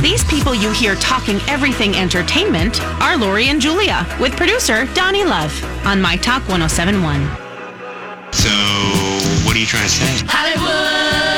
These people you hear talking everything entertainment are Lori and Julia with producer Donnie Love on My Talk 1071. So, what are you trying to say?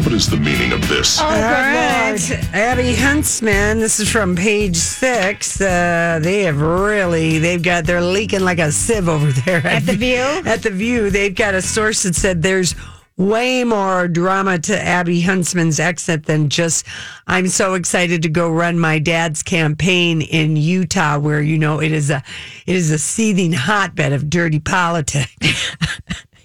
What is the meaning of this? All right, Abby Huntsman. This is from page six. Uh, they have really, they've got, they're leaking like a sieve over there. At the View? At the View. They've got a source that said there's way more drama to Abby Huntsman's exit than just, I'm so excited to go run my dad's campaign in Utah, where, you know, it is a, it is a seething hotbed of dirty politics.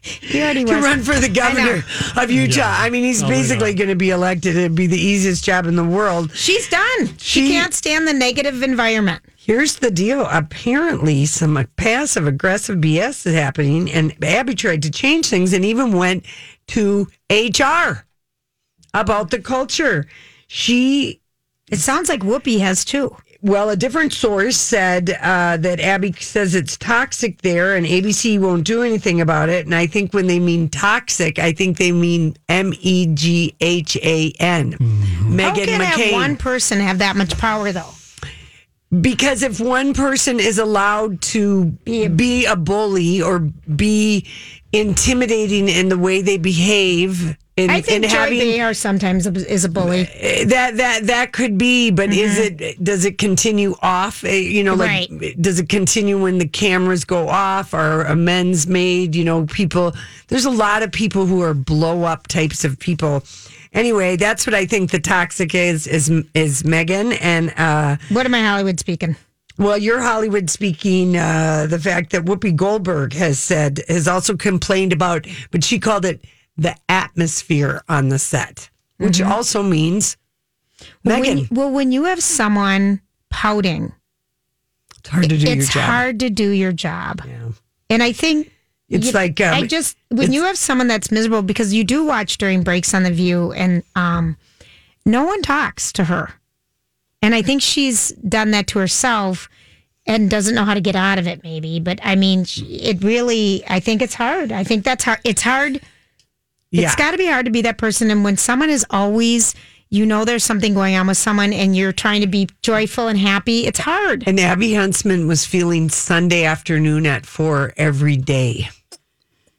He already to was. run for the governor of Utah. I mean, Oh, he's basically going to be elected. It'd be the easiest job in the world. She's done. She, She- can't stand the negative environment. Here's the deal. Apparently, some passive aggressive BS is happening, and Abby tried to change things and even went to HR about the culture. She It sounds like Whoopi has too. well, a different source said uh, that Abby says it's toxic there, and ABC won't do anything about it. And I think when they mean toxic, I think they mean M E G H A N. How Megan can McCain. have one person have that much power though? because if one person is allowed to be a, bully or be intimidating in the way they behave, in, I think in Joy having eh, Behar sometimes is a bully. that that that could be but is it does it continue off eh, you know like Mm-hmm. Right. does it continue when the cameras go off or amends made you know people there's a lot of people who are blow up types of people anyway that's what i think the toxic is is is megan and uh What am I Hollywood speaking? well, you're Hollywood speaking. Uh, the fact that Whoopi Goldberg has said, has also complained about, but she called it the atmosphere on the set, which also means Megan. Mm-hmm. When, well, when you have someone pouting, it's hard to do your it's job. hard to do your job. And I think It's you- like, um, I just when you have someone that's miserable because you do watch during breaks on the View, and um, no one talks to her, and I think she's done that to herself and doesn't know how to get out of it. Maybe, but I mean, she- it really. I think it's hard. I think that's hard. It's hard. yeah. It's got to be hard to be that person. And when someone is always, you know, there's something going on with someone, and you're trying to be joyful and happy, it's hard. and Abby Huntsman was feeling Sunday afternoon at four every day.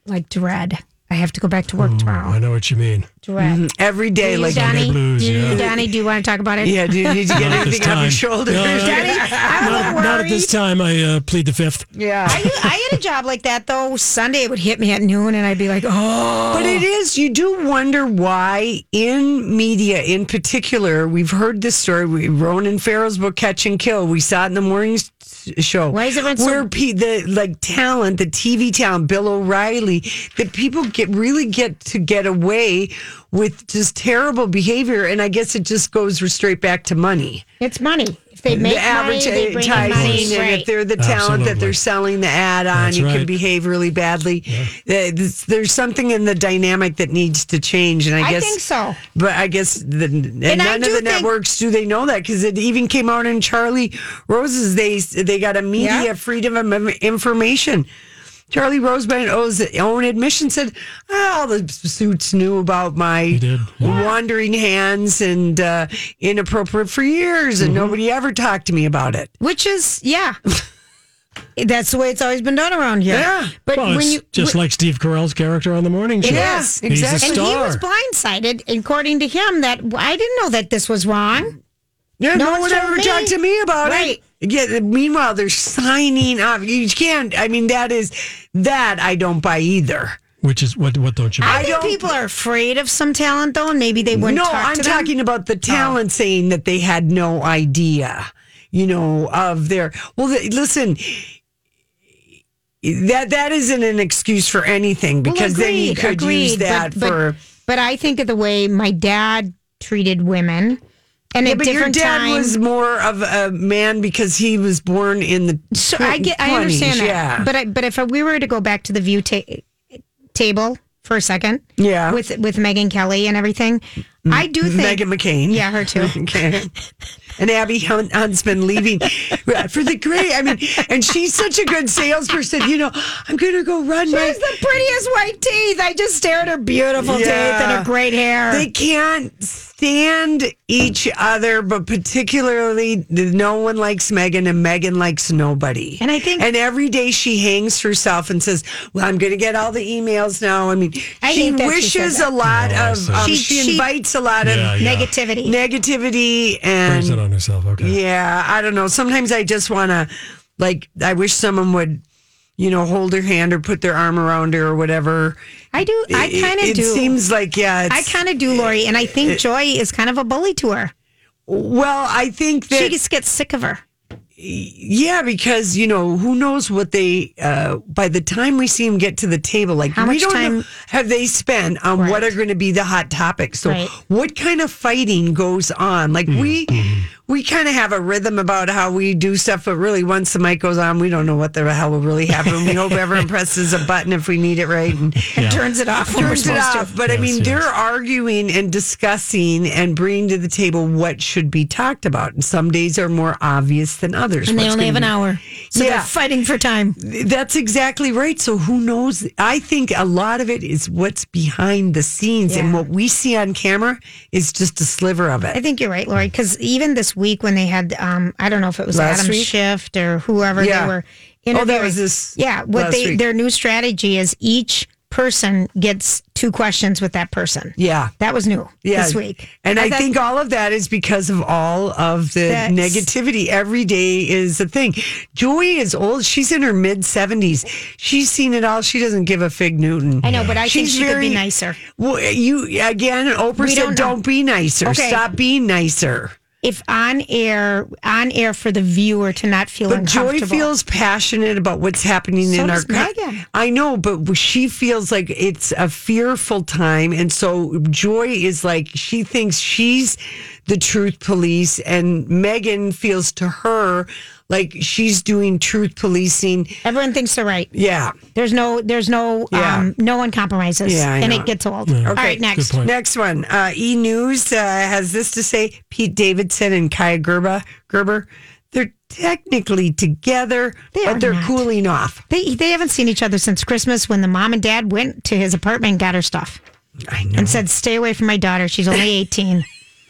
like dread. I have to go back to work tomorrow. I know what you mean. Dread. Mm-hmm. Every day, You, like Donnie, blues, do, yeah. Donnie, do you want to talk about it? yeah, did, did you get Not at this anything on your time. shoulders? No, no, Donnie, I'm a Not, little not at worried. this time. I uh, plead the fifth. yeah. I, I had a job like that though. Sunday it would hit me at noon, and I'd be like, "Oh, But it is, you do wonder why in media in particular, we've heard this story. We, Ronan Farrow's book, Catch and Kill, we saw it in the morning s- show. Why is everyone so- Where pe- the like talent, the TV talent, Bill O'Reilly, that people get really get to get away with just terrible behavior. And I guess it just goes straight back to money. it's money. If they make the money, they bring in money. advertising, and if Right. they're the talent that Absolutely. they're selling the ad on, That's you can right. behave really badly. Uh, this- There's something in the dynamic that needs to change, and I, I guess think so. But I guess the, and And I none do of the think- networks do they know that because it even came out in Charlie Rose's. They they got a media Yeah. freedom of Im- information. Charlie Rose, by his own admission, said "Ah, all the suits knew about my did, yeah. wandering hands and uh, inappropriate for years, Mm-hmm. and nobody ever talked to me about it. Which is yeah, that's the way it's always been done around here. Yeah. but Well, when it's you just like Steve Carell's character on the morning show. Yeah, is. He's a exactly. and he was star. blindsided, according to him, that I didn't know that this was wrong. Yeah, No no, one's one told ever me. talked to me about Right. it. Yeah. Meanwhile, they're signing up. You can't. I mean, that is that I don't buy either. Which is what? What don't you? I, I think don't- people are afraid of some talent though, and maybe they wouldn't. no, talk I'm to them. Oh. talking about the talent saying that they had no idea, you know, of their. Well, th- listen, that that isn't an excuse for anything Well, because then you agreed, could use agreed, that but, but, for. But I think of the way my dad treated women, and Yeah, at but your different dad times. was more of a man because he was born in the. so I get, I understand 20s, that. Yeah. But I, but if we were to go back to the view ta- table for a second, Yeah. with with Megan Kelly and everything, I do think Megan McCain. Yeah, her too. Okay. And Abby Hunt, Hunt's been leaving for the great. I mean, and she's such a good salesperson. You know, I'm going to go run She my. has the prettiest white teeth. I just stare at her beautiful teeth and Yeah. her great hair. They can't stand each other, but particularly no one likes Megan and Megan likes nobody. And I think- and every day she hangs herself and says, "Well, I'm going to get all the emails now." I mean, I she hate that she says wishes that. a lot Oh, I of. see. Um, she, She- she- invites a lot Yeah, of yeah. Negativity. negativity and Brings it on herself. Okay. yeah, I don't know. Sometimes I just want to, like, I wish someone would, you know, hold her hand or put their arm around her or whatever. I do. I It- kind it of do. seems like yeah. I It's, kind of do, Lori, and I think Joy is kind of a bully to her. well, I think that She just gets sick of her. yeah, because you know who knows what they. Uh, by the time we see them get to the table, like How we much don't know time- have they spent on what are going to be the hot topics. So Right. what kind of fighting goes on? Mm. Like we. Mm-hmm. We kind of have a rhythm about how we do stuff, but really, once the mic goes on, we don't know what the hell will really happen. We hope everyone presses a button if we need it, right? And Turns it off. when we're turns it supposed to. off. But I mean, yes. they're arguing and discussing and bringing to the table what should be talked about. And some days are more obvious than others. And they What's only have gonna an hour, so Yeah. they're fighting for time. be- That's exactly right. So who knows? I think a lot of it is what's behind the scenes, and Yeah. what we see on camera is just a sliver of I it. think you're right, Lori, because even this week when they had, um, I don't know if it was Last Adam week? Shift or whoever Yeah. they were Oh, that interviewing. was this Yeah, what last they week. their new strategy is each person gets two questions with that person. Yeah. That was new Yeah. this week, And I, thought- think all of that is because of all of the That's- negativity. Every day is a thing. Joy is old. She's in her mid 70s. She's seen it all. She doesn't give a fig Newton. I know, but I think She's she could very- be nicer. Well, you again, Oprah We said, don't know. don't, be nicer. Okay. Stop being nicer. If on air, on air for the viewer to not feel But Joy uncomfortable. feels passionate about what's happening So in our does country. Megan. I know, but she feels like it's a fearful time. And so Joy is like, she thinks she's the truth police, and Megan feels to her like she's doing truth policing. Everyone thinks they're right. Yeah. There's no, there's no, Yeah. um, no one compromises, Yeah, I and know. it gets old. All Okay, right, next. Good point. Next one. Uh, e News uh, has this to say Pete Davidson and Kaya Gerber. Gerber they're technically together, They but are they're not. cooling off. They they haven't seen each other since Christmas when the mom and dad went to his apartment and got her stuff I know. and said, "Stay away from my daughter. She's only 18."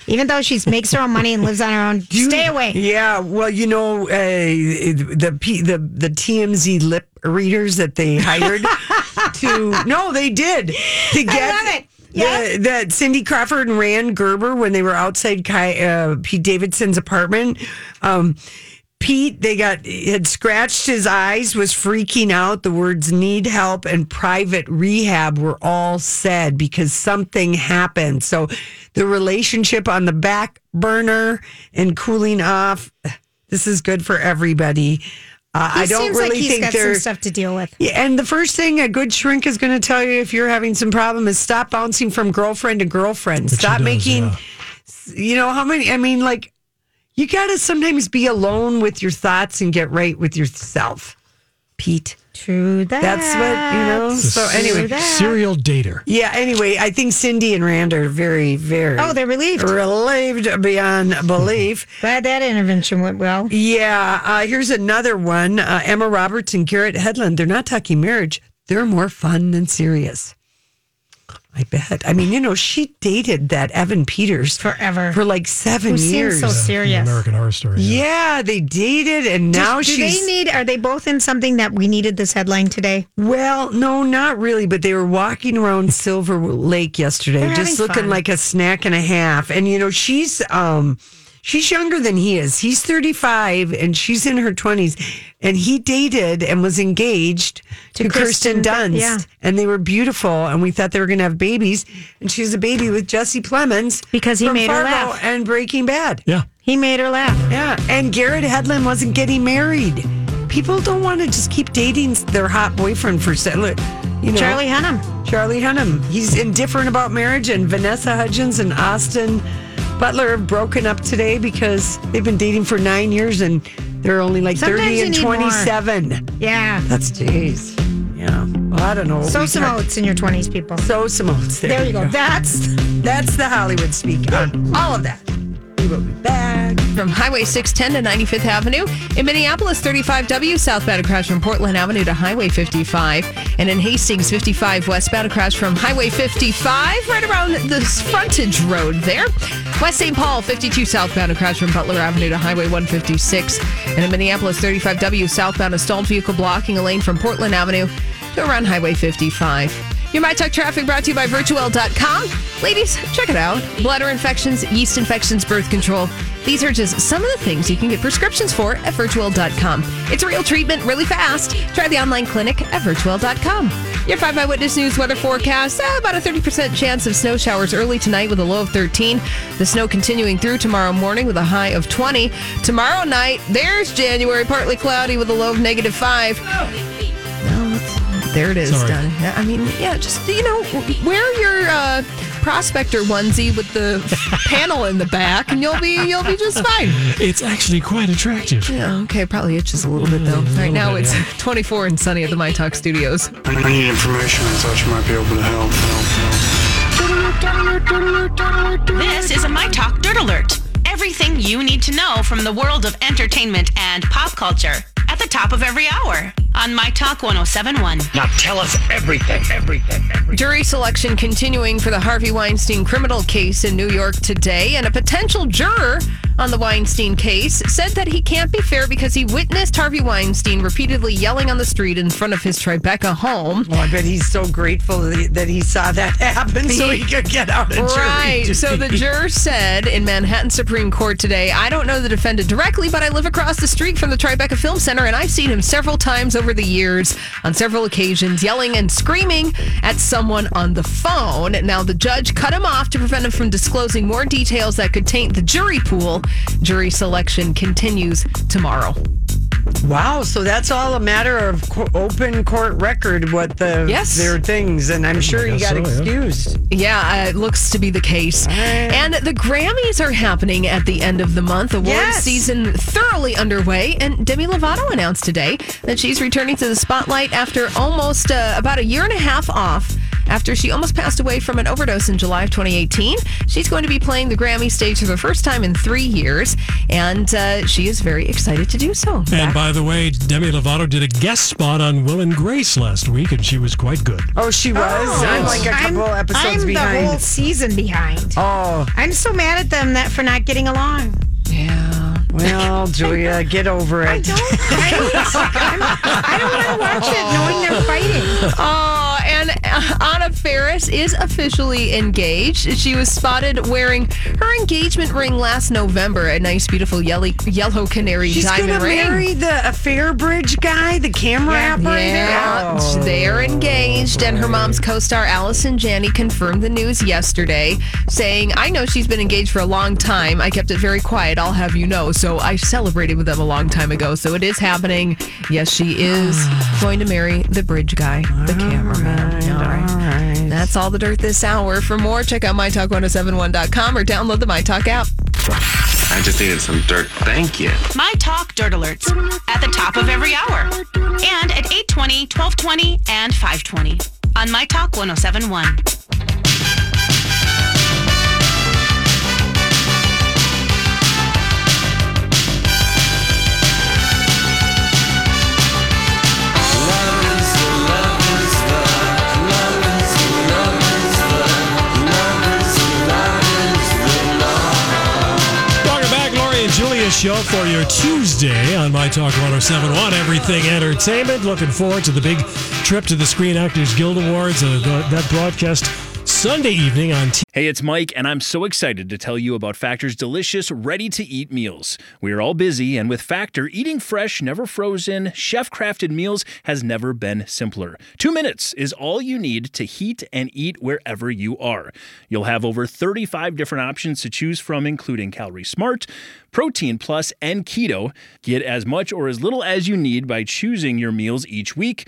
Even though she makes her own money and lives on her own, stay away. Yeah, well, you know uh, the P, the the TMZ lip readers that they hired to no, they did to get love it. Yes. the- that Cindy Crawford and Rand Gerber when they were outside Kai, uh, Pete Davidson's apartment. Um, Pete, they got had scratched his eyes, was freaking out. The words "need help" and "private rehab" were all said because something happened. So, the relationship on the back burner and cooling off. This is good for everybody. Uh, He I don't seems really like he's think got they're. some stuff to deal with. Yeah, and the first thing a good shrink is going to tell you if you're having some problem is stop bouncing from girlfriend to girlfriend. But she stop does, making, yeah. you know, how many? I mean, like, you got to sometimes be alone with your thoughts and get right with yourself, Pete. True that. That's what, you know. So, anyway. that. serial dater. Yeah, anyway, I think Cindy and Rand are very, very. Oh, they're relieved. Relieved beyond belief. Glad that intervention went well. Yeah, uh, here's another one. Uh, Emma Roberts and Garrett Hedlund, they're not talking marriage. They're more fun than serious. I bet. I mean, you know, she dated that Evan Peters Forever. for like seven Who seems years. so serious. American Horror Story. yeah, they dated, and now do she's they need? Are they both in something that we needed this headline today? well, no, not really. But they were walking around Silver Lake yesterday, They're just having looking fun. like a snack and a half. And you know, she's um, she's younger than he is. He's thirty five, and she's in her twenties. And he dated and was engaged to, To Kirsten, Kirsten Dun- Dunst, yeah. and they were beautiful. And we thought they were going to have babies. And she was a baby with Jesse Plemons Because he from made her Fargo laugh. and Breaking Bad. Yeah. He made her laugh. Yeah, and Garrett Hedlund wasn't getting married. People don't want to just keep dating their hot boyfriend for se- look, you know Charlie Hunnam. Charlie Hunnam. He's indifferent about marriage, and Vanessa Hudgens and Austin Butler have broken up today because they've been dating for nine years and they're only like Sometimes thirty you and need more. twenty-seven. Yeah. That's jeez. Yeah. Well, I don't know. Sow some oats in your 20s, people. So some oats. There, There you go. That's That's the Hollywood speak on all of that. We will be back. From Highway 610 to 95th Avenue in Minneapolis, 35W southbound across from Portland Avenue to Highway 55, and in Hastings, 55 westbound across from Highway 55, right around this frontage road there. West St. Paul, 52 southbound across from Butler Avenue to Highway 156, and in Minneapolis, 35W southbound, a stalled vehicle blocking a lane from Portland Avenue to around Highway 55. Your My Talk Traffic brought to you by virtual.com. Ladies, check it out. Bladder infections, yeast infections, birth control. These are just some of the things you can get prescriptions for at virtual.com. It's real treatment, really fast. Try the online clinic at virtual.com. Your 5 Eyewitness News weather forecast eh, about a 30% chance of snow showers early tonight with a low of 13. The snow continuing through tomorrow morning with a high of 20. Tomorrow night, there's January, partly cloudy with a low of negative 5. No, it's, there it is, Sorry. Donnie. Yeah, I mean, yeah, just you know, wear your uh, prospector onesie with the panel in the back, and you'll be you'll be just fine. It's actually quite attractive. Yeah, okay, probably itches a little bit though. Mm, a Right now little bit, it's yeah. 24 and sunny at the My Talk Studios. I need information. I thought you might be able to help. This is a My Talk Dirt Alert. Everything you need to know from the world of entertainment and pop culture at the top of every hour on My Talk 1071. Now tell us everything, everything, everything. Jury selection continuing for the Harvey Weinstein criminal case in New York today, and a potential juror on the Weinstein case said that he can't be fair because he witnessed Harvey Weinstein repeatedly yelling on the street in front of his Tribeca home. Well, Oh, I bet he's so grateful that he- that he saw that happen so he could get out of jury. Right. So the juror said in Manhattan Supreme Court today, I don't know the defendant directly, but I live across the street from the Tribeca Film Center and I've seen him several times over the years on several occasions yelling and screaming at someone on the phone. Now the judge cut him off to prevent him from disclosing more details that could taint the jury pool. Jury selection continues tomorrow. Wow, so that's all a matter of co- open court record what the Yes. their things and I'm sure he guess got so, yeah. excused. Yeah, uh, it looks to be the case. And the Grammys are happening at the end of the month. Award Yes. season thoroughly underway. And Demi Lovato announced today that she's returning to the spotlight after almost uh, about a year and a half off. After she almost passed away from an overdose in July of 2018, she's going to be playing the Grammy stage for the first time in three years, and uh, she is very excited to do so. And by the way, Demi Lovato did a guest spot on Will and Grace last week, and she was quite good. Oh, she was. I'm like a couple I'm- episodes I'm behind. the whole season behind. oh, I'm so mad at them that for not getting along. yeah. well, Julia, get over I it. don't. I, I'm, I don't want to watch it knowing they're fighting. Oh, and uh, Anna Ferris is officially engaged. She was spotted wearing her engagement ring last November, a nice, beautiful yellow, yellow canary She's diamond gonna ring. marry the affair bridge guy, the camera operator. Mm. Yeah, Oh. they're engaged, and her mom's co-star Allison Janney confirmed the news yesterday, saying, "I know she's been engaged for a long time. I kept it very quiet. I'll have you know. So I celebrated with them a long time ago. So it is happening. Yes, she is going to marry the bridge guy, the cameraman. all right. That's all the dirt this hour. For more, check out mytalk1071.com or download the MyTalk app. I just needed some dirt. Thank you. My Talk Dirt Alerts at the top of every hour and at 820, 1220, and 520 on My Talk 1071. Welcome back, Lori and Julia show for your Tuesday on My Talk 1071 Everything Entertainment. Looking forward to the big trip to the Screen Actors Guild Awards, uh, th- that broadcast Sunday evening on T. Hey, it's Mike, and I'm so excited to tell you about Factor's delicious, ready to eat meals. We are all busy, and with Factor, eating fresh, never frozen, chef crafted meals has never been simpler. Two minutes is all you need to heat and eat wherever you are. You'll have over 35 different options to choose from, including Calorie Smart, Protein Plus, and Keto. Get as much or as little as you need by choosing your meals each week.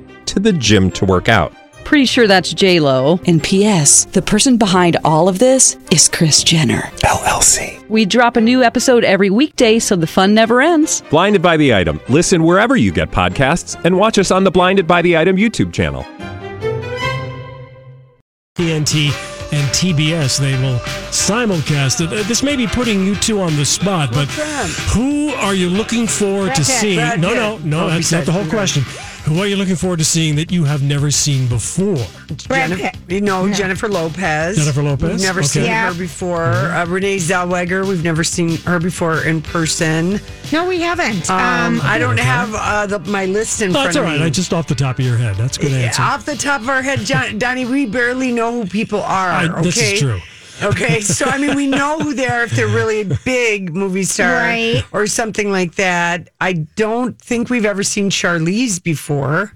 to the gym to work out. Pretty sure that's J Lo. And P.S. The person behind all of this is Chris Jenner LLC. We drop a new episode every weekday, so the fun never ends. Blinded by the item. Listen wherever you get podcasts, and watch us on the Blinded by the Item YouTube channel. TNT and TBS. They will simulcast it. Uh, This may be putting you two on the spot, but who are you looking forward to Brad Pitt, see? Brad No, Pitt. no, no, Oh, he that's not said, the whole no. question. Who are you looking forward to seeing that you have never seen before? Brad Jennifer, Pitt. you know Jennifer Lopez. Jennifer Lopez? Mm-hmm. We've never Okay. seen Yeah. her before. Uh, Renee Zellweger. We've never seen her before in person. No, we haven't. Um, Um, I don't have uh, the, my list in No, front that's all of right. me. I just off the top of your head. That's a good Yeah, answer. Off the top of our head, John, Donnie, we barely know who people are. I- okay? this is true. Okay, so I mean, we know who they are if they're really a big movie star Right. or something like that. I don't think we've ever seen Charlize before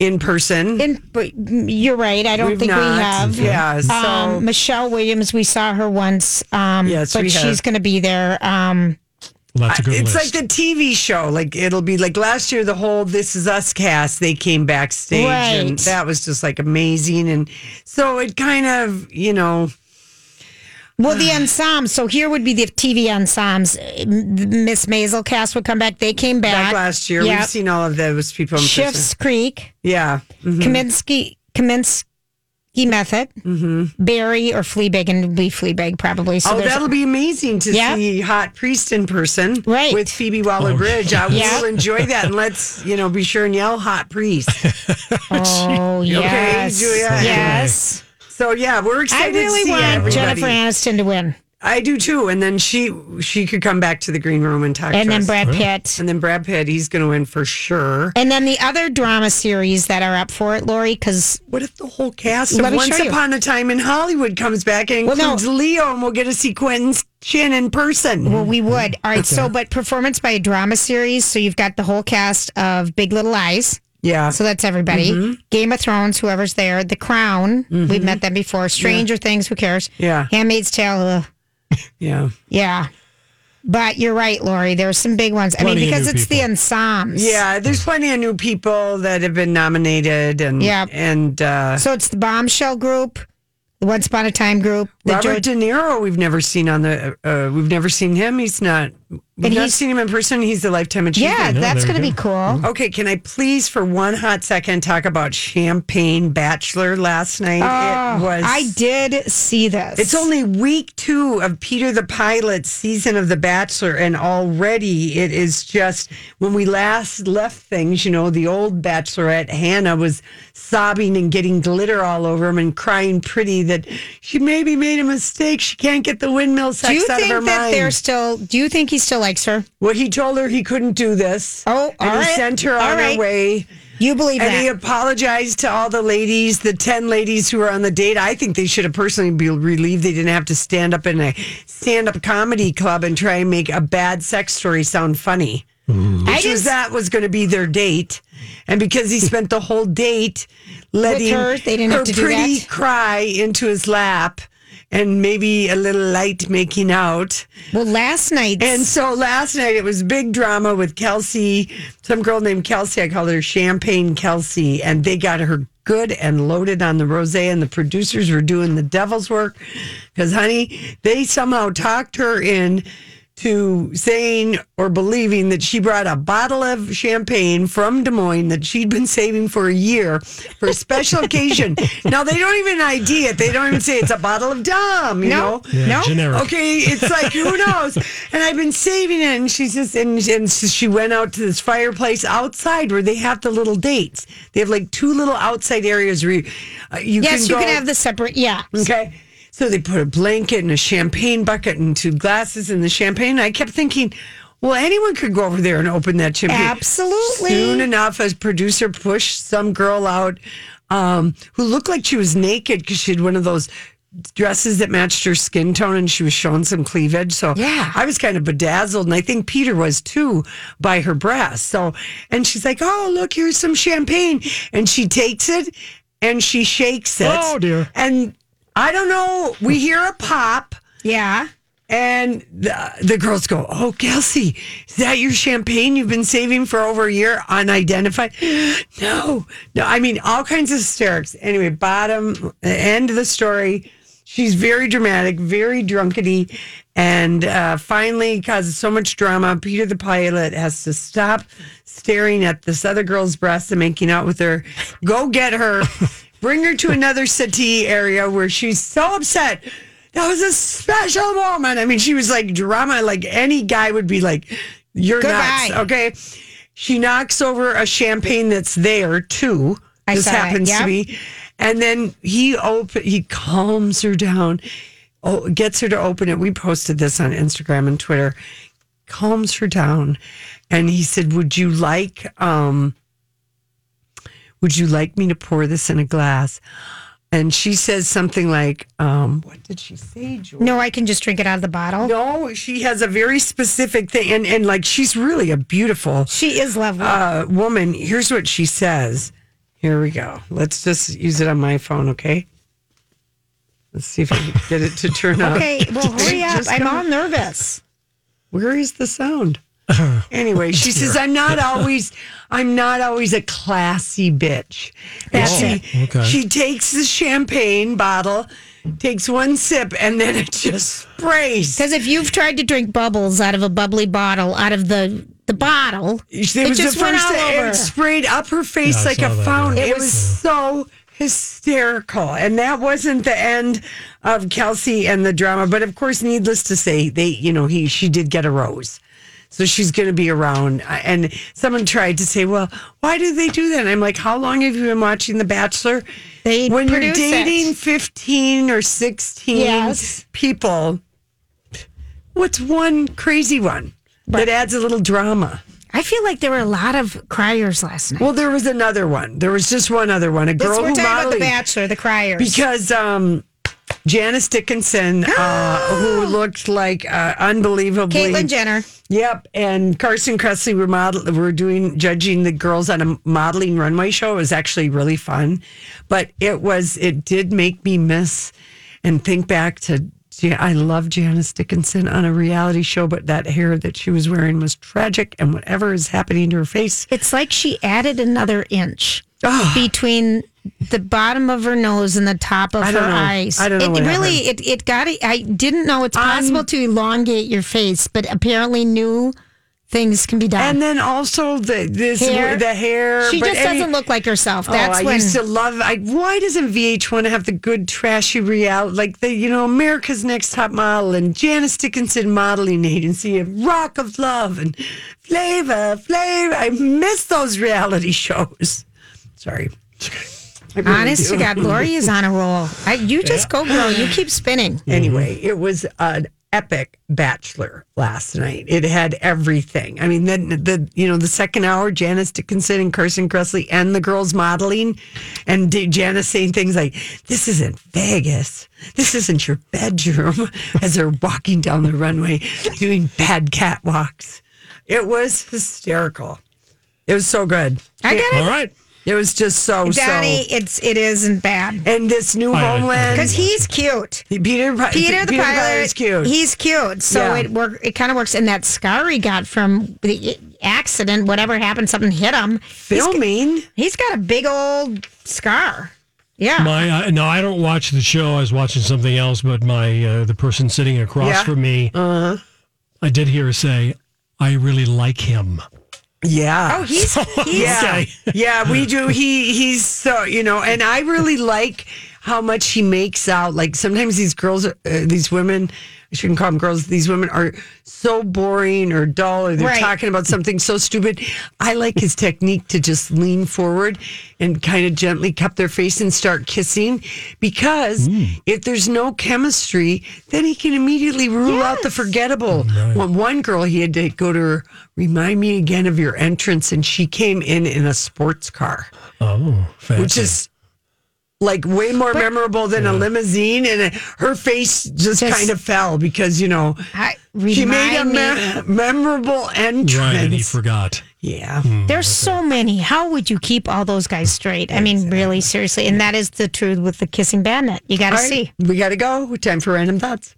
in person. in, but you're right. I don't We've think not. we have. Yeah, so Um, Michelle Williams, we saw her once, um, Yes, but we have. she's going to be there. Um, Well, that's a good it's list. like the TV show. Like it'll be like last year, the whole "This Is Us" cast they came backstage, and Right. that was just like amazing. And so it kind of, you know, well, the ensemble. So here would be the TV ensembles. Miss Maisel cast would come back. They came back, back last year, Yep. we've seen all of those people. In person. Shifts Creek, Yeah. Mhm. Kaminsky, Kaminsky Method, Barry or Fleabag, and it'll be Fleabag probably. So Mm-hmm. oh, there's- that'll be amazing to Yep. see Hot Priest in person, Right. With Phoebe Waller Bridge, I Yep. will enjoy that, and let's you know be sure and yell "Hot Priest." oh yes, Julia? yes. So yeah, we're I excited. to really see want everybody. Jennifer Aniston to win, I do too, and then she she could come back to the green room and talk. and to then us. Brad Pitt. and then Brad Pitt, he's going to win for sure. And then the other drama series that are up for it, Lori, because What if the whole cast of Let me Once show you. Upon a Time in Hollywood comes back and Well, no. includes Leo, and we'll get to see Quentin's chin in person? well, we would. All right, so but performance by a drama series, so you've got the whole cast of Big Little Lies, yeah, Mm-hmm. so that's everybody. Game of Thrones, whoever's there, The Crown, we've met them before. Stranger Things, who cares? Yeah. Handmaid's Tale, ugh, yeah, yeah. But you're right, Lori. There are some big ones. I mean, Plenty of because new it's the people. ensembles. yeah. There's plenty of new people that have been nominated, and Yeah. and uh, So it's the Bombshell Group, the Once Upon a Time Group, the Robert George- De Niro, we've never seen on the, uh, we've never seen him. He's not, we've not he's- seen him in person. He's a lifetime achievement. yeah, know, that's there going you Mm-hmm. to be cool. Okay, can I please, for one hot second, talk about Champagne Bachelor last night? Oh, it was. Ah, I did see this. It's only week two of Peter the Pilot's season of The Bachelor, and already it is just when we last left things, you know, the old bachelorette Hannah was sobbing and getting glitter all over him and crying pretty that she maybe made a mistake. She can't get the windmill sex Do you out think of her that mind. they're still? Do you think he still likes her? well, he told her he couldn't do this. Oh, and all he right. sent her All on right. her way. You believe And he that? apologized to all the ladies, the 10 ladies who were on the date. I think they should have personally be relieved they didn't have to stand up in a stand up comedy club and try and make a bad sex story sound funny. I Which was just that was going to be their date. And because he spent the whole date letting her, they didn't her have to do pretty that? cry into his lap and maybe a little light making out. well last night. And so last night it was big drama with Kelsey, some girl named Kelsey. I called her Champagne Kelsey, and they got her good and loaded on the rosé. And the producers were doing the devil's work because, honey, they somehow talked her in to saying or believing that she brought a bottle of champagne from Des Moines that she'd been saving for a year for a special occasion. Now they don't even ID it. They don't even say it's a bottle of Dom. You No. know. Yeah, No? generic. Okay, it's like who knows? And I've been saving it, and she's just and, and so she went out to this fireplace outside where they have the little dates. They have like two little outside areas where you, uh, you yes, can you go, can have the separate. Yeah. Okay. So they put a blanket and a champagne bucket and two glasses in the champagne. I kept thinking, Well, anyone could go over there and open that chimney. Absolutely. Soon enough, as producer pushed some girl out um, who looked like she was naked because she had one of those dresses that matched her skin tone and she was showing some cleavage. So yeah. I was kind of bedazzled and I think Peter was too by her breast. So and she's like, Oh, look, here's some champagne. And she takes it and she shakes it. Oh, dear. And I don't know, we hear a pop. Yeah. And the, the girls go, Oh, Kelsey, is that your champagne you've been saving for over a year? Unidentified? No, no. I mean, all kinds of hysterics. Anyway, bottom end of the story. She's very dramatic, very drunkety, and uh, finally causes so much drama. Peter the pilot has to stop staring at this other girl's breast and making out with her. Go get her, bring her to another city area where she's so upset that was a special moment. I mean, she was like drama, like any guy would be like, "You're Goodbye. nuts." Okay, she knocks over a champagne that's there too. I this saw it, happens yep. to be, and then he open he calms her down, oh, gets her to open it. We posted this on Instagram and Twitter. Calms her down, and he said, "Would you like um, would you like me to pour this in a glass?" And she says something like, um, "What did she say, George?" No, I can just drink it out of the bottle. No, she has a very specific thing, and and like she's really a beautiful She is lovely. uh, woman. Here's what she says. Here we go. Let's just use it on my phone, okay? Let's see if I can get it to turn up. okay, well, hurry up. Just I'm come- all nervous. Where is the sound? Anyway, she says, "I'm not always, I'm not always a classy bitch." And That's she, it. Okay. she takes the champagne bottle, takes one sip, and then it just sprays. Because if you've tried to drink bubbles out of a bubbly bottle, out of the the bottle, It, it was just the first went all that over. it sprayed up her Yeah, I face like saw a that, fountain. yeah. It, was so hysterical. And that wasn't the end of Kelsey and the drama. But of course, needless to say, they, you know, he she did get a rose. So she's going to be around. I- And someone tried to say, well, why did they do that? And I'm like, how long have you been watching The Bachelor? They when you're produce it. dating 15 or 16 Yes. people, what's one crazy one that adds a little drama? I feel like there were a lot of criers last night. Well, there was another one. There was just one other one. A This- girl we're who talking about The modeled Bachelor, the criers. because um, Janice Dickinson, uh, who looked like uh, unbelievably Caitlyn Jenner. Yep, and Carson Kressley were model were doing judging the girls on a modeling runway show. It was actually really fun, but it was it did make me miss and think back to. Yeah, I love Janice Dickinson on a reality show, but that hair that she was wearing was tragic, and whatever is happening to her face, It's like she added another inch Ah. between the bottom of her nose and the top of I her don't know. eyes. I don't know It what really it it got. I didn't know it's possible to elongate your face, but apparently new things can be done. and then also the this Hair. the hair. she but just any- doesn't look like herself. That's oh, I when used to love. I, why doesn't VH1 have the good trashy reality, like the you know America's Next Top Model and Janice Dickinson Modeling Agency and Rock of Love and Flavor Flavor? I miss those reality shows. Sorry. I really honest to do. God, Lori is on a roll. I, you just go, girl. You keep spinning. Anyway, it was an epic bachelor last night. It had everything. I mean, then the you know the second hour, Janice Dickinson and Carson Kressley and the girls modeling, and D- Janice saying things like, "This isn't Vegas. This isn't your bedroom." As they're walking down the runway, doing bad catwalks, it was hysterical. It was so good. I got All it, right. It was just Oh, so Donnie. so. It's it isn't bad And this new I- I- homeland, because he's cute. Peter, Pi- Peter the pilot, is cute. he's cute. So Yeah. it work. It kind of works. And that scar he got from the accident, whatever happened, something hit him. He's g- filming. he's got a big old scar. Yeah. My uh, no, I don't watch the show. I was watching something else, but my uh, the person sitting across Yeah. from me, Uh-huh. I did hear her say, "I really like him." Yeah. oh, he's he's Okay. yeah, we do. He he's so you know, and I really like how much he makes out. Like sometimes these girls, are- uh, these women, I shouldn't call them girls. These women are so boring or dull, or they're Right. talking about something so stupid. I like his technique to just lean forward and kind of gently cup their face and start kissing, because Hmm. if there's no chemistry, then he can immediately rule out the forgettable. Well, one girl, he had to go to her, remind me again of your entrance, and she came in in a sports car Oh, fancy. which is like way more memorable than a limousine. And it- her face just, kind of fell because you know I, she made a remind me- memorable entrance. right, and he forgot. Yeah. There's so many. How would you keep all those guys straight? I mean, really, seriously. And that is the truth with the kissing bandit. You got to All right, see. We got to go. Time for random thoughts.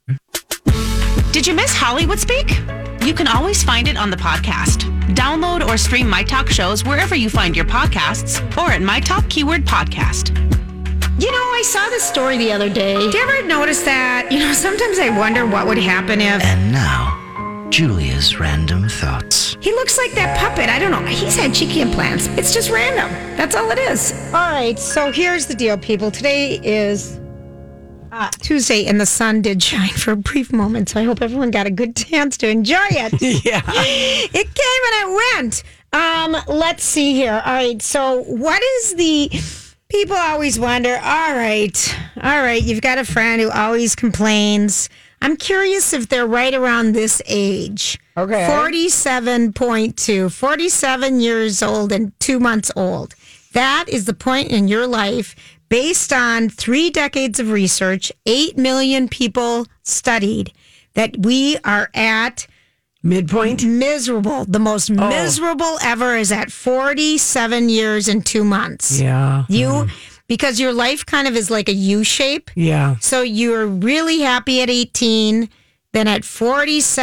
Did you miss Hollywood Speak? You can always find it on the podcast. Download or stream My Talk shows wherever you find your podcasts or at My Talk Keyword Podcast. You know, I saw this story the other day. Do you ever notice that? You know, sometimes I wonder what would happen if And now, Julia's random thoughts. he looks like that puppet. I don't know. He's had cheeky implants. It's just random. That's all it is. All right. So here's the deal, people. Today is uh, Tuesday, and the sun did shine for a brief moment. So I hope everyone got a good chance to enjoy it. yeah. It came and it went. Um, let's see here. All right. So what is the people always wonder, all right, all right, you've got a friend who always complains. I'm curious if they're right around this age. Okay. 47.2, 47 years old and two months old. That is the point in your life based on three decades of research, 8 million people studied, that we are at midpoint Oh. miserable. The most miserable ever is at 47 years and two months. Yeah. Mm. You, because your life kind of is like a U shape. Yeah. So you're really happy at 18. Then at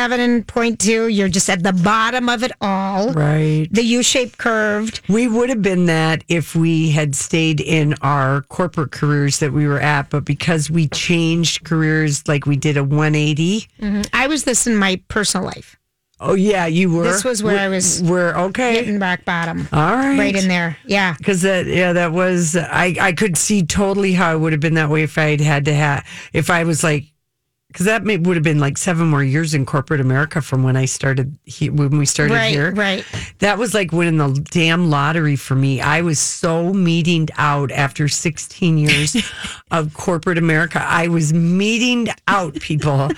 47.2, you're just at the bottom of it all. Right. The U shape curved. We would have been that if we had stayed in our corporate careers that we were at, but because we changed careers, like we did a 180. Mhm. I was this in my personal life, Oh, yeah, you were. This was where I was We're okay. hitting rock bottom. All right. Right in there. Yeah. Because that, yeah, that was I. I could see totally how I would have been that way if I had had to have if I was like, because that may, would have been like seven more years in corporate America from when I started he, when we started Right, here. right. That was like winning the damn lottery for me. I was so meetinged out after 16 years of corporate America. I was meetinged out, people.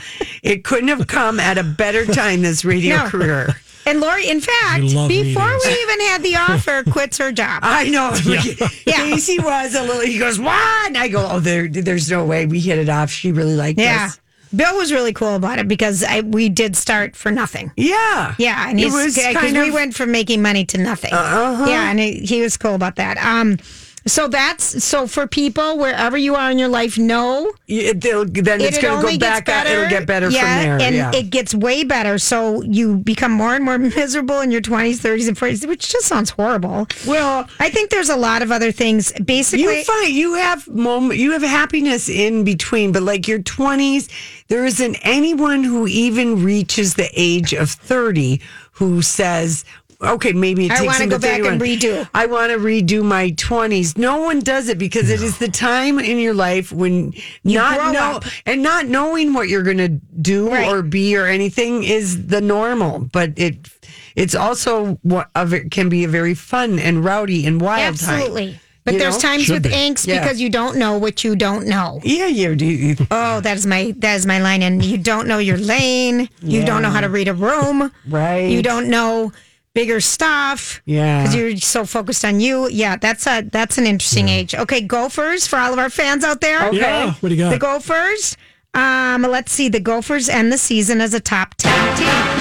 it couldn't have come at a better time. This radio No. career. And Lori, in fact, love before we meetings. even had the offer, quits her job. I know. Yeah. Casey was a little. He goes, "What?" And I go, "Oh, there, there's no way we hit it off. She really liked Yeah. us." Bill was really cool about it because I, we did start for nothing. Yeah. Yeah, and he's, it was yeah, 'cause kind we of. went from making money to nothing. Uh-huh. Yeah, and he, he was cool about that. Um, so that's so for people wherever you are in your life, know it, will then it's it going to only go gets back up. It'll get better yeah, from there. And yeah. it gets way better. So you become more and more miserable in your 20s, 30s, and 40s, which just sounds horrible. Well, I think there's a lot of other things. Basically, you find you have moment you have happiness in between, but like your twenties, there isn't anyone who even reaches the age of thirty who says, "Okay, maybe it I takes wanna them go back and 31. redo. I want to redo my twenties. No one does it because it is the time in your life when grow not know up. and not knowing what you're going to do Right. or be or anything is the normal, but it. It's also what of it can be a very fun and rowdy and wild time. absolutely. But You there's know? times Should with be. angst Yeah. because you don't know what you don't know. Yeah, you do. Oh, that is my that is my line. And you don't know your lane. You don't know how to read a room. Right. You don't know bigger stuff. Yeah. Because you're so focused on you. Yeah, that's a that's an interesting age. Okay, Gophers for all of our fans out there. Okay. Yeah, what do you got? The Gophers. Um, let's see. The Gophers end the season as a top ten team. Ta-da.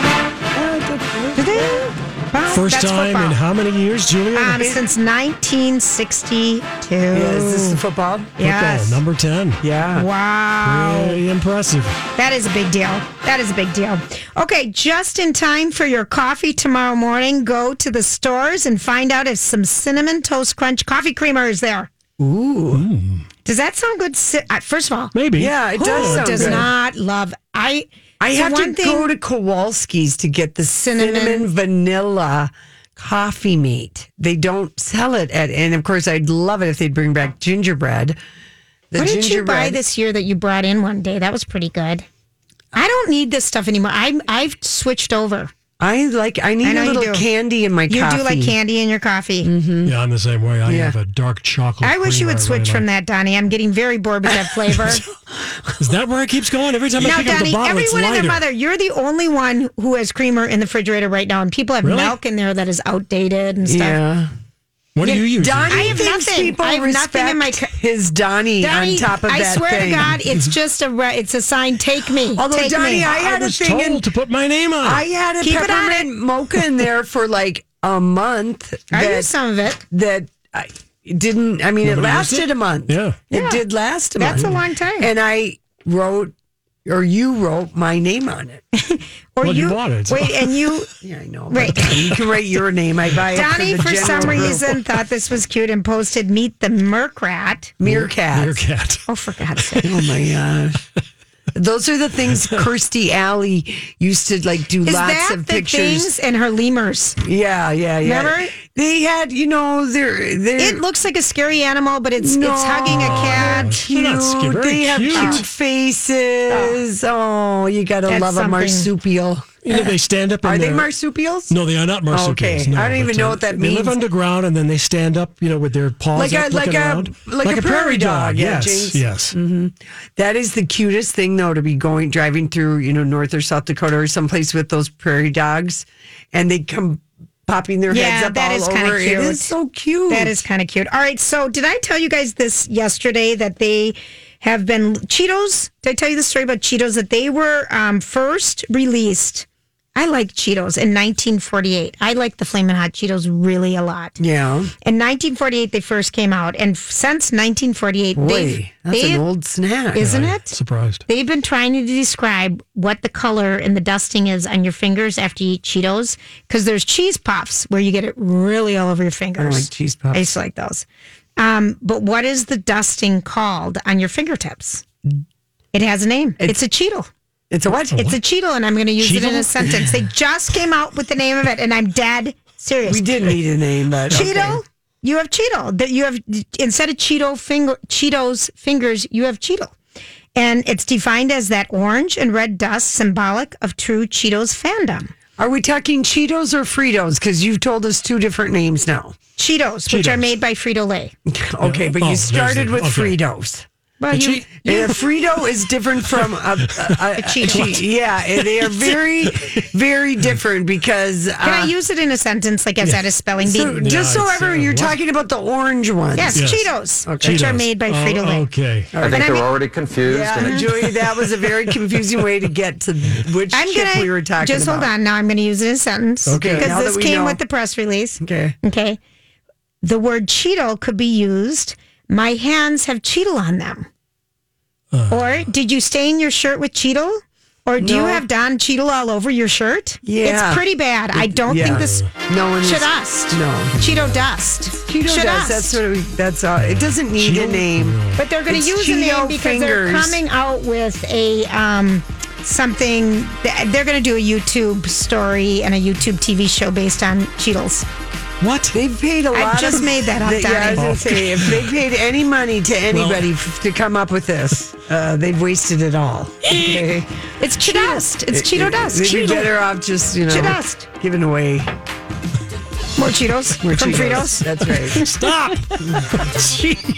First That's time in football. how many years, Julia? um, since 1962. Yeah, is this the football? Yes. Football, number 10. Yeah. Wow. Very Ah, impressive. That is a big deal. That is a big deal. Okay, just in time for your coffee tomorrow morning, go to the stores and find out if some cinnamon toast crunch coffee creamer is there. Ooh. Mm. Does that sound good? Si- uh, First of all, Maybe. Yeah, it does who sound does good. not love I. I so have one to thing, go to Kowalski's to get the cinnamon, vanilla coffee mate. They don't sell it at, and of course, I'd love it if they'd bring back gingerbread. The what did you buy gingerbread. this year that you brought in one day? That was pretty good. I don't need this stuff anymore. I'm I've switched over. I like. I need know a you little do. candy in my You coffee. do like candy in your coffee. Mm-hmm. Yeah, I'm the same way. I Yeah. have a dark chocolate. I wish you creamer would I switch really from that, Donnie. I'm getting very bored with that flavor. like. Is that where it keeps going? Every time I now, pick up Donnie, the bottle, it's everyone and lighter. their mother, you're the only one who has creamer in the refrigerator right now, and people have Really? milk in there that is outdated and stuff. What do you use? Donnie I have thinks nothing. people I have nothing in my respect his Donnie, Donnie, on top of I that swear thing. to God, it's just a re- it's a sign. Take me. Although take Donnie, me. I had a thing in, to put my name on. it. I had a Keep it on peppermint mocha in there for like a month. I that- used some of it. That I didn't. I mean, it Nobody used lasted it? a month. Yeah. it did last a That's a month. long time. And I wrote, or you wrote my name on it. or Well, you bought it, so- wait, and you Yeah, I know. Right. But you can write your name. I buy it. Donnie, for, the for some general group. reason, thought this was cute and posted "Meet the Merc Rat." meerkat. Meerkat. Oh, for God's sake! Oh my gosh. Those are the things Kirsty Alley used to like do Is lots that of the pictures. things and her lemurs? Yeah, yeah, yeah. Remember? They had, you know, they're they're It looks like a scary animal, but it's No, it's hugging a cat. They're not scary, cute. very They have cute. cute faces. Oh, you gotta That's love something. a marsupial. You know, they stand up. In Are they their- marsupials? No, they are not marsupials. Okay. no, I don't even but, know uh, what that They live means. underground and then they stand up, you know, with their paws Like up, a- like looking a- around. like a prairie dog, yeah, yes, James. yes. That is the cutest thing though to be going driving through, you know, North or South Dakota or someplace with those prairie dogs and they come popping their heads Yeah, up that all is over. kind of It cute. is so cute. That is kind of cute. All right, so did I tell you guys this yesterday that they have been Cheetos? Did I tell you the story about Cheetos that they were um, first released? I like Cheetos in 1948. I like the Flamin' Hot Cheetos really a lot. Yeah. In 1948, they first came out, and since 1948, they've, Boy, that's they've- an old snack. isn't it? Surprised. They've been trying to describe what the color and the dusting is on your fingers after you eat Cheetos because there's cheese puffs where you get it really all over your fingers. I like cheese puffs. I used to like those. Um, but what is the dusting called on your fingertips? It has a name. It's, a Cheeto. Mm. It's a what? It's a Cheeto, and I'm going to use it in Cheeto? a sentence. They just came out with the name of it, and I'm dead serious. we did need a name, but Cheeto. okay. You have Cheeto. That you have instead of Cheeto finger Cheetos fingers, you have Cheeto. And it's defined as that orange and red dust symbolic of true Cheetos fandom. Are we talking Cheetos or Fritos? Because you've told us two different names now. Cheetos, which Cheetos. are made by Frito Lay. Okay, but Oh, you there's started the- with okay. Fritos. Well, The you, Che- you- And a Frito is different from a, a, a, a Cheeto. Che- yeah, and they are very, very different because. Uh, can I use it in a sentence like as that is spelling bee? so just so it's, everyone, uh, you're what? talking about the orange ones. yes, Yes. Cheetos, which are Cheetos. made by Oh, Frito Lay. Okay. I think they're already confused. Yeah, Julie, that was a very confusing way to get to which I'm chip gonna we were talking just about. hold on. Now I'm gonna use it in a sentence. Okay. Because Now that this we came know. with the press release. Okay. Okay. The word Cheeto could be used. My hands have Cheeto on them. or did you stain your shirt with Cheeto? Or do you Uh. No. have Don Cheeto all over your shirt? Yeah. It's pretty bad. I don't yeah. think this No one should is- dust. No. Cheeto dust. Cheeto Should does. us. That's what we, that's all. It doesn't need a name. But they're going It's to use the Cheeto name because they're fingers. coming out with a um, something. th- They're going to do a YouTube story and a YouTube TV show based on Cheetos. What? They've paid a lot. I just of, made that up, They- yeah, I was Donnie. gonna say if they paid any money to anybody f- to come up with this, uh, they've wasted it all. Okay? It's Cheeto dust. It's Cheeto dust. They'd be Cheeto. better off just you know Cheetos. giving away More Cheetos more from Cheetos. Fritos. That's right. Stop.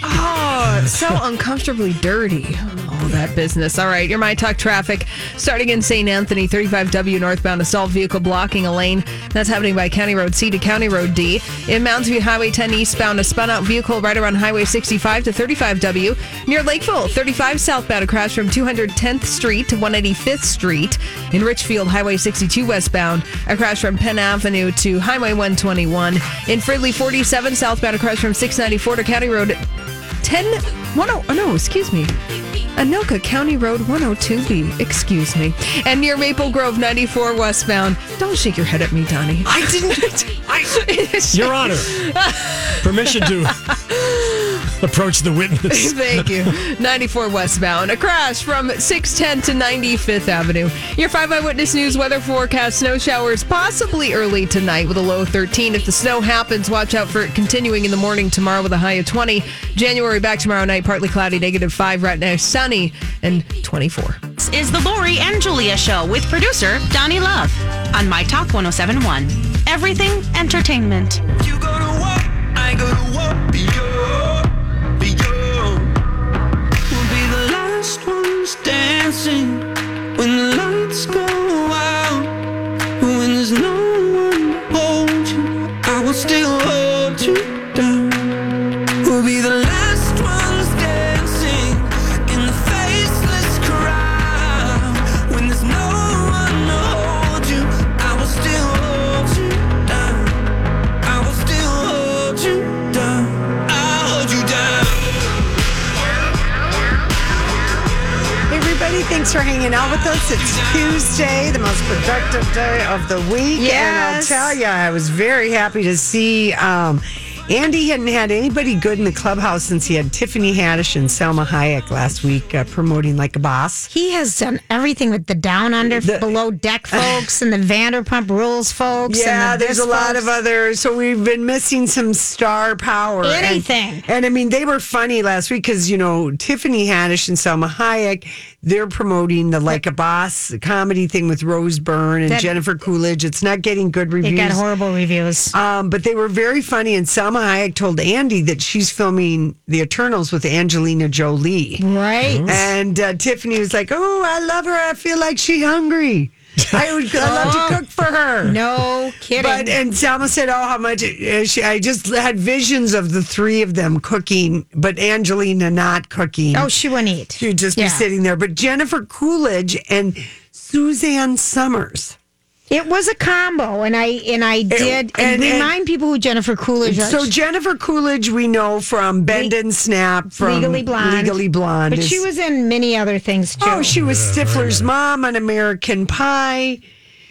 Oh, so uncomfortably dirty. Oh, that business. All right, your My Talk traffic starting in St. Anthony, 35W northbound, assault vehicle blocking a lane. That's happening by County Road C to County Road D. In Mounds View Highway 10 eastbound, a spun out vehicle right around Highway 65 to 35W. Near Lakeville, 35 southbound, a crash from 210th Street to 185th Street. In Richfield, Highway 62 westbound, a crash from Penn Avenue to Highway 121. In Fridley, 47 southbound, a crash from 694 to County Road 10 10 oh no excuse me Anoka County Road 102B, excuse me. And near Maple Grove 94 westbound. Don't shake your head at me, Donnie. I didn't. I, Your Honor. Permission to. approach the witness. Thank you. 94 westbound, across from 610 to 95th Avenue. Your 5 Eyewitness News weather forecast snow showers possibly early tonight with a low of 13. If the snow happens, watch out for it continuing in the morning tomorrow with a high of 20. January back tomorrow night, partly cloudy, negative 5 right now, sunny and 24. This is the Lori and Julia Show with producer Donnie Love on My Talk 1071. Everything entertainment. I go to war for you, for you. We'll be the last ones dancing when the lights go out. When there's no one to hold you, I will still hold you down. We'll be the last ones dancing in the faceless crowd. When there's no one to hold you, I will still hold you down. I will still hold you down. I'll hold you down. Everybody, thanks for hanging out with us. It's Tuesday, the most productive day of the week. And I'll Yes. tell you, I was very happy to see um, Andy hadn't had anybody good in the clubhouse since he had Tiffany Haddish and Selma Hayek last week uh, promoting like a boss. He has done everything with the down under, below deck folks, and the Vanderpump Rules folks. Yeah, and the there's this a lot folks. of other. So we've been missing some star power. And- Anything. And, I mean, they were funny last week because, you know, Tiffany Haddish and Selma Hayek, they're promoting the Like a Boss comedy thing with Rose Byrne and That- Jennifer Coolidge. It's not getting good It reviews. got horrible reviews. Um, but they were very funny. And Selma Hayek told Andy that she's filming The Eternals with Angelina Jolie. Right. And uh, Tiffany was like, oh, I love her. I feel like she's hungry. I would I love to cook for her. No kidding. But and Selma said, "Oh, how much?" uh, She, I just had visions of the three of them cooking, but Angelina not cooking. Oh, she wouldn't eat. She'd just be Yeah. sitting there. But Jennifer Coolidge and Suzanne Summers. It was a combo, and I and I did and, remind people who Jennifer Coolidge is. So Jennifer Coolidge, we know from Bend and Snap, from Legally Blonde. Legally Blonde. But she is- was in many other things too. Oh, she was Stifler's mom on American Pie.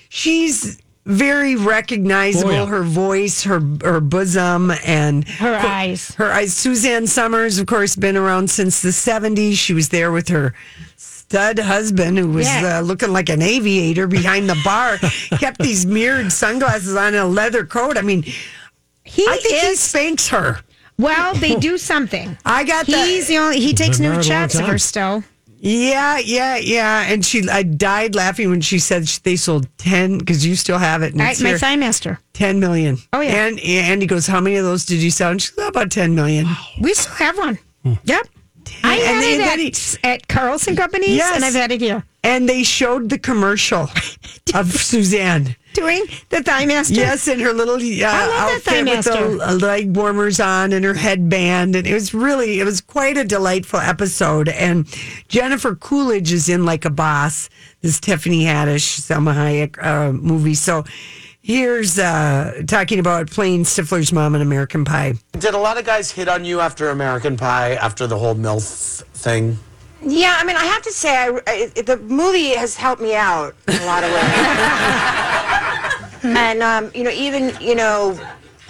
She's very recognizable. Oh, yeah. Her voice, her her bosom, and her eyes. Her eyes. Suzanne Summers, of course, been around since the seventies. She was there with her stud husband, who was Yeah. uh, looking like an aviator behind the bar. kept these mirrored sunglasses on and a leather coat. I mean, he I think he spanks her. Well, they do something. I got that. He's the only. He takes Been no married a long shots of time. her still. Yeah, yeah, yeah. And she, I died laughing when she said she, they sold 10 because you still have it. And I, it's my here, thigh master. 10 million. Oh, yeah. And Andy goes, How many of those did you sell? And she goes, About 10 million. We still have one. Hmm. Yep. I And had then- it then at, he- at Carlson Companies, Yes. and I've had it here. And they showed the commercial of Suzanne. Doing the thigh master. Yes, and her little uh, love that outfit with the Thighmaster. uh, leg warmers on and her headband, and it was really it was quite a delightful episode. And Jennifer Coolidge is in like a boss. This Tiffany Haddish, Selma Hayek uh, movie. So here's uh, talking about playing Stifler's mom in American Pie. Did a lot of guys hit on you after American Pie, after the whole MILF thing? Yeah, I mean, I have to say, I, I, the movie has helped me out in a lot of ways. and um, you know, even you know,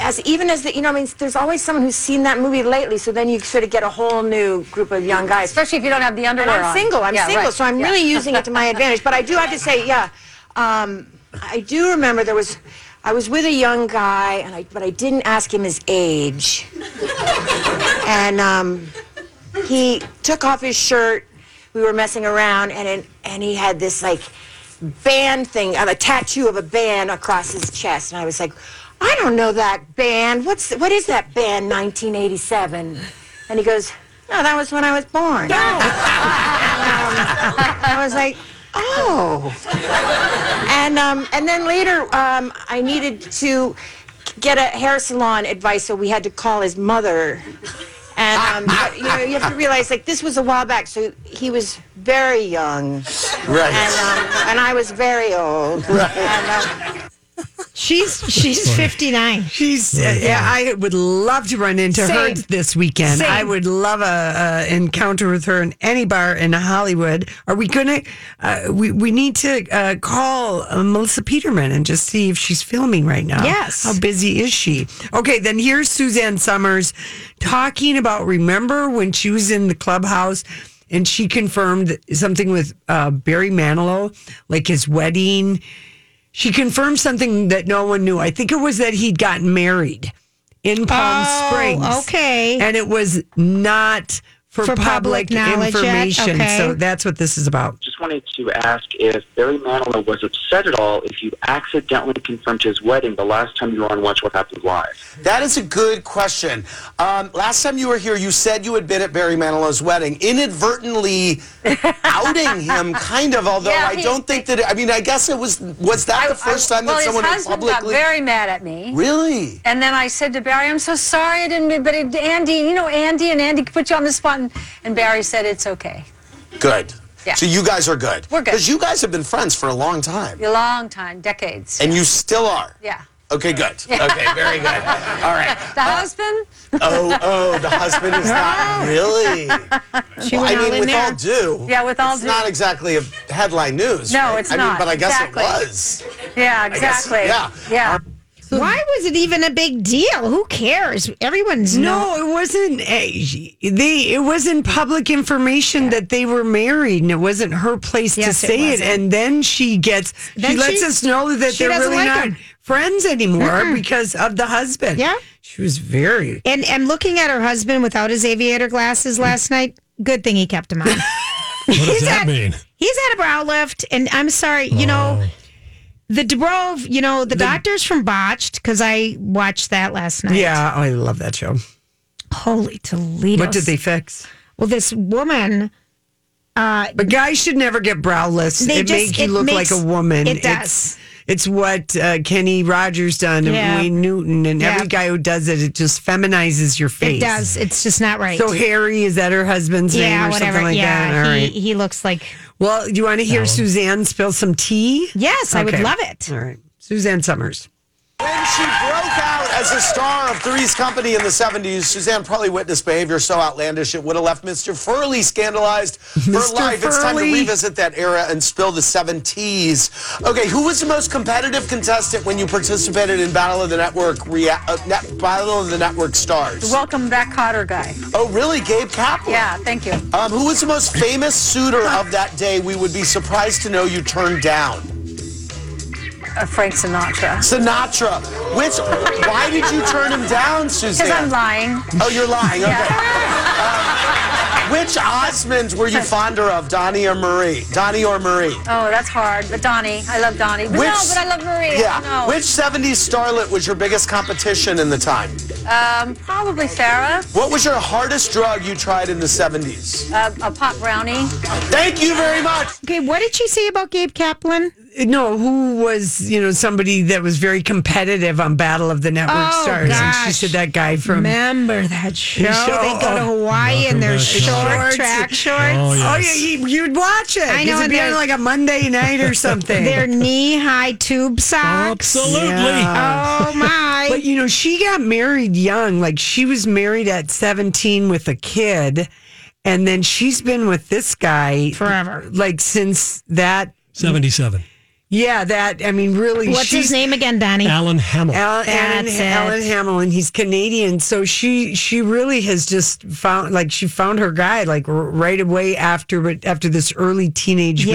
as even as the you know, I mean, there's always someone who's seen that movie lately. So then you sort of get a whole new group of young guys, especially if you don't have the underwear And I'm on. single. I'm Yeah, single, right. so I'm Yeah. really using it to my advantage. But I do have to say, yeah, um, I do remember there was. I was with a young guy, and I, but I didn't ask him his age. and um, he took off his shirt. We were messing around, and it, and he had this like band thing, a tattoo of a band across his chest, and I was like, I don't know that band. What's what is that band? 1987. And he goes, No, that was when I was born. I was like, oh. And um, and then later, um, I needed to get a hair salon advice, so we had to call his mother. And um, but, you know, you have to realize, like, this was a while back, so he was very young, Right. and um, and I was very old. And, um, She's she's fifty nine. She's uh, yeah. I would love to run into her Same. this weekend. Same. I would love a, a encounter with her in any bar in Hollywood. Are we gonna? Uh, we we need to uh, call uh, Melissa Peterman and just see if she's filming right now. Yes. How busy is she? Okay, then here's Suzanne Summers talking about. Remember when she was in the clubhouse? And she confirmed something with uh, Barry Manilow, like his wedding she confirmed something that no one knew. I think it was that he'd gotten married in Palm Oh, Springs. okay. And it was not for, For public, public knowledge yet? information. Okay. So that's what this is about. Um, Just wanted to ask if Barry Manilow was upset at all if you accidentally confirmed his wedding the last time you were on Watch What Happens Live. That is a good question. Um, last time you were here, you said you had been at Barry Manilow's wedding, inadvertently outing him, kind of. Although Yeah, I he- don't think that. It, I mean, I guess it was. Was that the first time well, that someone his had husband publicly? got very mad at me. Really? And then I said to Barry, "I'm so sorry I didn't." mean- But it, Andy, you know Andy, and Andy put you on the spot, and, and Barry said it's okay. Good. Yeah. So you guys are good. We're good. Because you guys have been friends for a long time, A long time, decades. and you still are. Yeah. Okay, good. Yeah. Okay, very good. All right. Uh, The husband. Oh, oh, the husband is not really. She Well, I went all mean, in with there. all due. Yeah, with all it's due. not exactly a headline news. No, right? it's I not. Mean, but I guess exactly. it was. Yeah, guess- exactly. yeah. Yeah. Why was it even a big deal? Who cares? Everyone's No, it wasn't. eh, she- They it wasn't public information that they were married, and it wasn't her place Yes, to it say it. wasn't. And then she gets Then she lets she- us know that she they're doesn't really like not him. friends anymore Mm-mm. because of the husband. Uh-uh. Yeah. she was very And and looking at her husband without his aviator glasses Hmm. last night, good thing he kept them on. What does He's that at- mean? He's had a brow lift, and I'm sorry, you Oh. know, the DeBrove, you know, the, doctors from Botched, because I watched that last night. Yeah, oh, I love that show. Holy Toledo. What did they fix? Well, this woman. Uh, but guys should never get browless. They it just- makes you it look makes- like a woman. it It's, does. it's what uh, Kenny Rogers done Yeah. and Wayne Newton and Yeah. every guy who does it. It just feminizes your face. It does. It's just not right. So Harry is that her husband's yeah, name or whatever. something like yeah, that? All he, right. he looks like. well, do you want to hear No. Suzanne spill some tea? Yes, I would Okay. love it. All right, Suzanne Summers. When she broke out as a star of Three's Company in the 70s, Suzanne probably witnessed behavior so outlandish it would have left Mr. Furley scandalized for Mr. life. It's time to Furley. revisit that era and spill the 70s. Okay, who was the most competitive contestant when you participated in Battle of the Network rea- uh, net- Battle of the Network Stars? The welcome back Cotter guy. Oh, really? Gabe Kaplan? Yeah, thank you. Um, who was the most famous suitor of that day? We would be surprised to know you turned down. Uh, Frank Sinatra. Sinatra. Which? Why did you turn him down, Suzanne? Because I'm lying. Oh, you're lying. Okay. Um, which Osmonds were you fonder of, Donnie or Marie? Donnie or Marie? Oh, that's hard. But Donnie, I love Donnie. But no, but I love Maria. Yeah. No. Which 70s starlet was your biggest competition in the time? Um, probably Farah. What was your hardest drug you tried in the 70s? Uh, a pot brownie. Thank you very much. Okay, what did she say about Gabe Kaplan? No, who was you know somebody that was very competitive on Battle of the Network Oh, Stars? And she gosh. said that guy from Remember that show? show They go to of- Hawaii in their Welcome back, short Shorts. track shorts. Oh, yeah, you, you'd watch it. I know, It'd and be on they're- like a Monday night or something. Their knee high tube socks. Yeah. Oh my. But you know, she got married young. Like she was married at 17 with a kid. And then she's been with this guy forever. Like since that. 77. Yeah, that. I mean, really. What's his name again, Donnie? Alan Hamill. Al- Alan, That's it. Alan Hamill, and he's Canadian, so she she really has just found like she found her guy like r- right away after but after this early teenage Yes.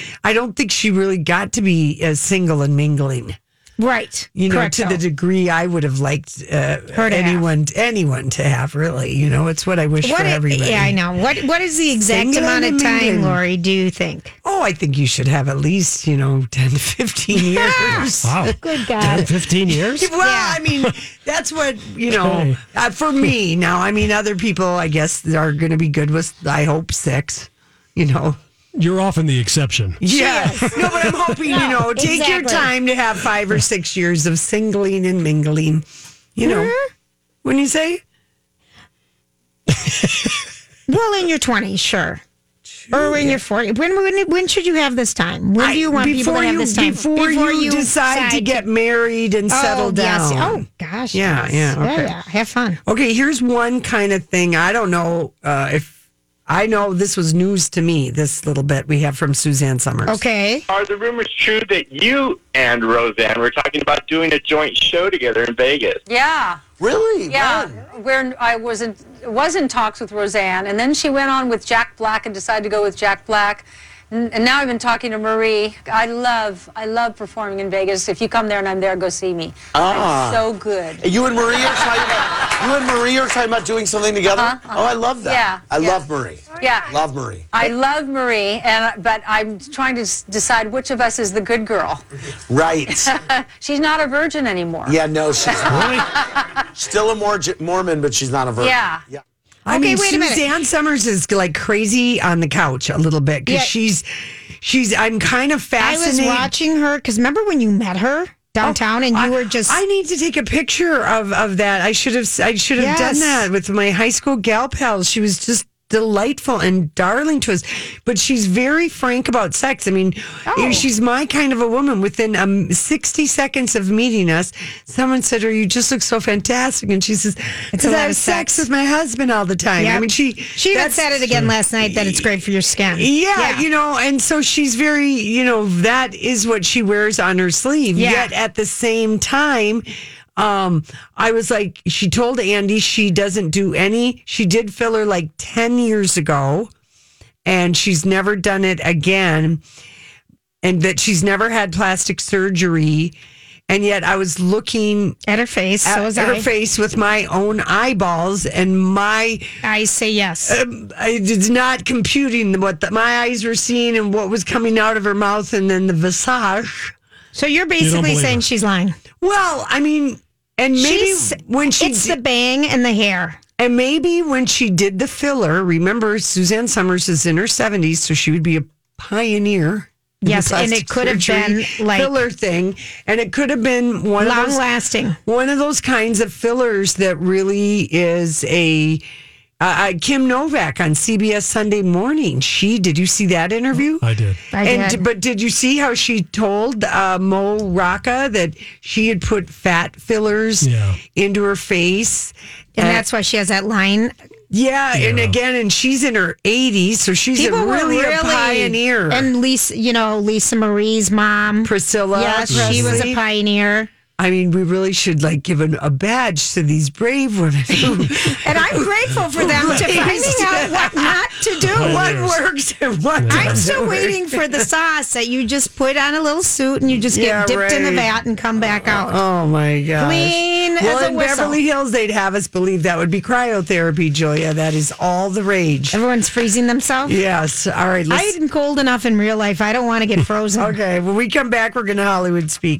marriage. I don't think she really got to be uh, single and mingling Right. you know, Correct, to though. the degree I would have liked uh, Her to have. anyone anyone to have. Really, you know, it's what I wish What for i- everybody. yeah, I know. What what is the exact Single amount of and time, mingling. Lori, do you think? Oh, I think you should have at least you know ten to fifteen years. Wow. Good 10, God. 15 years? Well, I mean, that's what you know. Okay. Uh, for me now, I mean, other people, I guess, are going to be good with. I hope six. You know. You're often the exception. Yeah. No, but I'm hoping you know. Take your exactly. time to have five or six years of singling and mingling. You know. Mm-hmm. When you say Well, in your 20s, sure. or when you're 40. When, when when should you have this time? When do you want people before to have you- this time? before you decide to get married and settle Oh, yes. down. Oh gosh. Yeah, yes. yeah, okay. yeah. Have fun. Okay, here's one kind of thing. I don't know uh, if I know this was news to me. This little bit we have from Suzanne Summers. Okay. Are the rumors true that you and Roseanne were talking about doing a joint show together in Vegas? Yeah. Really? Yeah. Where I was in was in talks with Roseanne, and then she went on with Jack Black and decided to go with Jack Black. And and now I've been talking to Marie. I love, I love performing in Vegas. If you come there and I'm there, go see me. Ah. It's so good. You and Marie are talking about, you and Marie are talking about doing something together. Oh, I love that. Uh-huh, Yeah, I yeah. love Marie. Yeah. Love Marie. I love Marie, and but I'm trying to s- decide which of us is the good girl. Right. She's not a virgin anymore. Yeah, no, she's still a Mor- Mormon, but she's not a virgin. Yeah. I Okay, mean, wait a minute. Suzanne Summers is like crazy on the couch a little bit because Yeah. she's she's. I'm kind of I was fascinated. watching her because remember when you met her downtown and you were just Oh, I need to take a picture of of that. I should have I should have Yes. done that with my high school gal pals. She was just delightful and darling to us, but she's very frank about sex. I mean, Oh. if she's my kind of a woman. Within um, sixty seconds of meeting us, someone said to her, "You just look so fantastic," and she says, "Because lot I have of sex. sex." with my husband all the time." I Yep. mean, she she even that's- said it again last night that it's great for your skin. yeah, you know, and so she's very, you know, that is what she wears on her sleeve. Yeah. Yet at the same time, um, I was like, she told Andy she doesn't do any. She did filler like 10 years ago, and she's never done it again, and that she's never had plastic surgery. And yet I was looking at her face, so was her I. face with my own eyeballs, and my I say yes. um, I did not computing what the, my eyes were seeing and what was coming out of her mouth, and then the visage. So you're basically saying she's lying. Well, I mean, and maybe She's- when she it's di- the bang and the hair. and maybe when she did the filler, remember Suzanne Summers is in her seventies, so she would be a pioneer. in the Yes, and plastic it could have surgery been, like- filler thing, and it could have been one of those Long-lasting. one of those kinds of fillers that really is a. Uh, uh, Kim Novak on CBS Sunday Morning. She did you see that interview? I did. I and, did. But did you see how she told uh, Mo Rocca that she had put fat fillers into her face? And that's why she has that line. Yeah, and again, and she's in her 80s, so she's a People were really, a really- pioneer. And Lisa, you know, Lisa Marie's mom, Priscilla. Yes, she was Presley. a pioneer. I mean, we really should like give an, a badge to these brave women. And I'm grateful for them to finding out what not to do. What works and what I'm doesn't still work. waiting for the sauce that you just put on a little suit and you just get Yeah, dipped in the right. vat and come back out. Oh my gosh. Clean well, as a in whistle. Beverly Hills, they'd have us believe that would be cryotherapy, Julia. That is all the rage. Everyone's freezing themselves. Yes. All right. I'm cold enough in real life. I don't want to get frozen. okay. When we come back, we're going to Hollywood speak.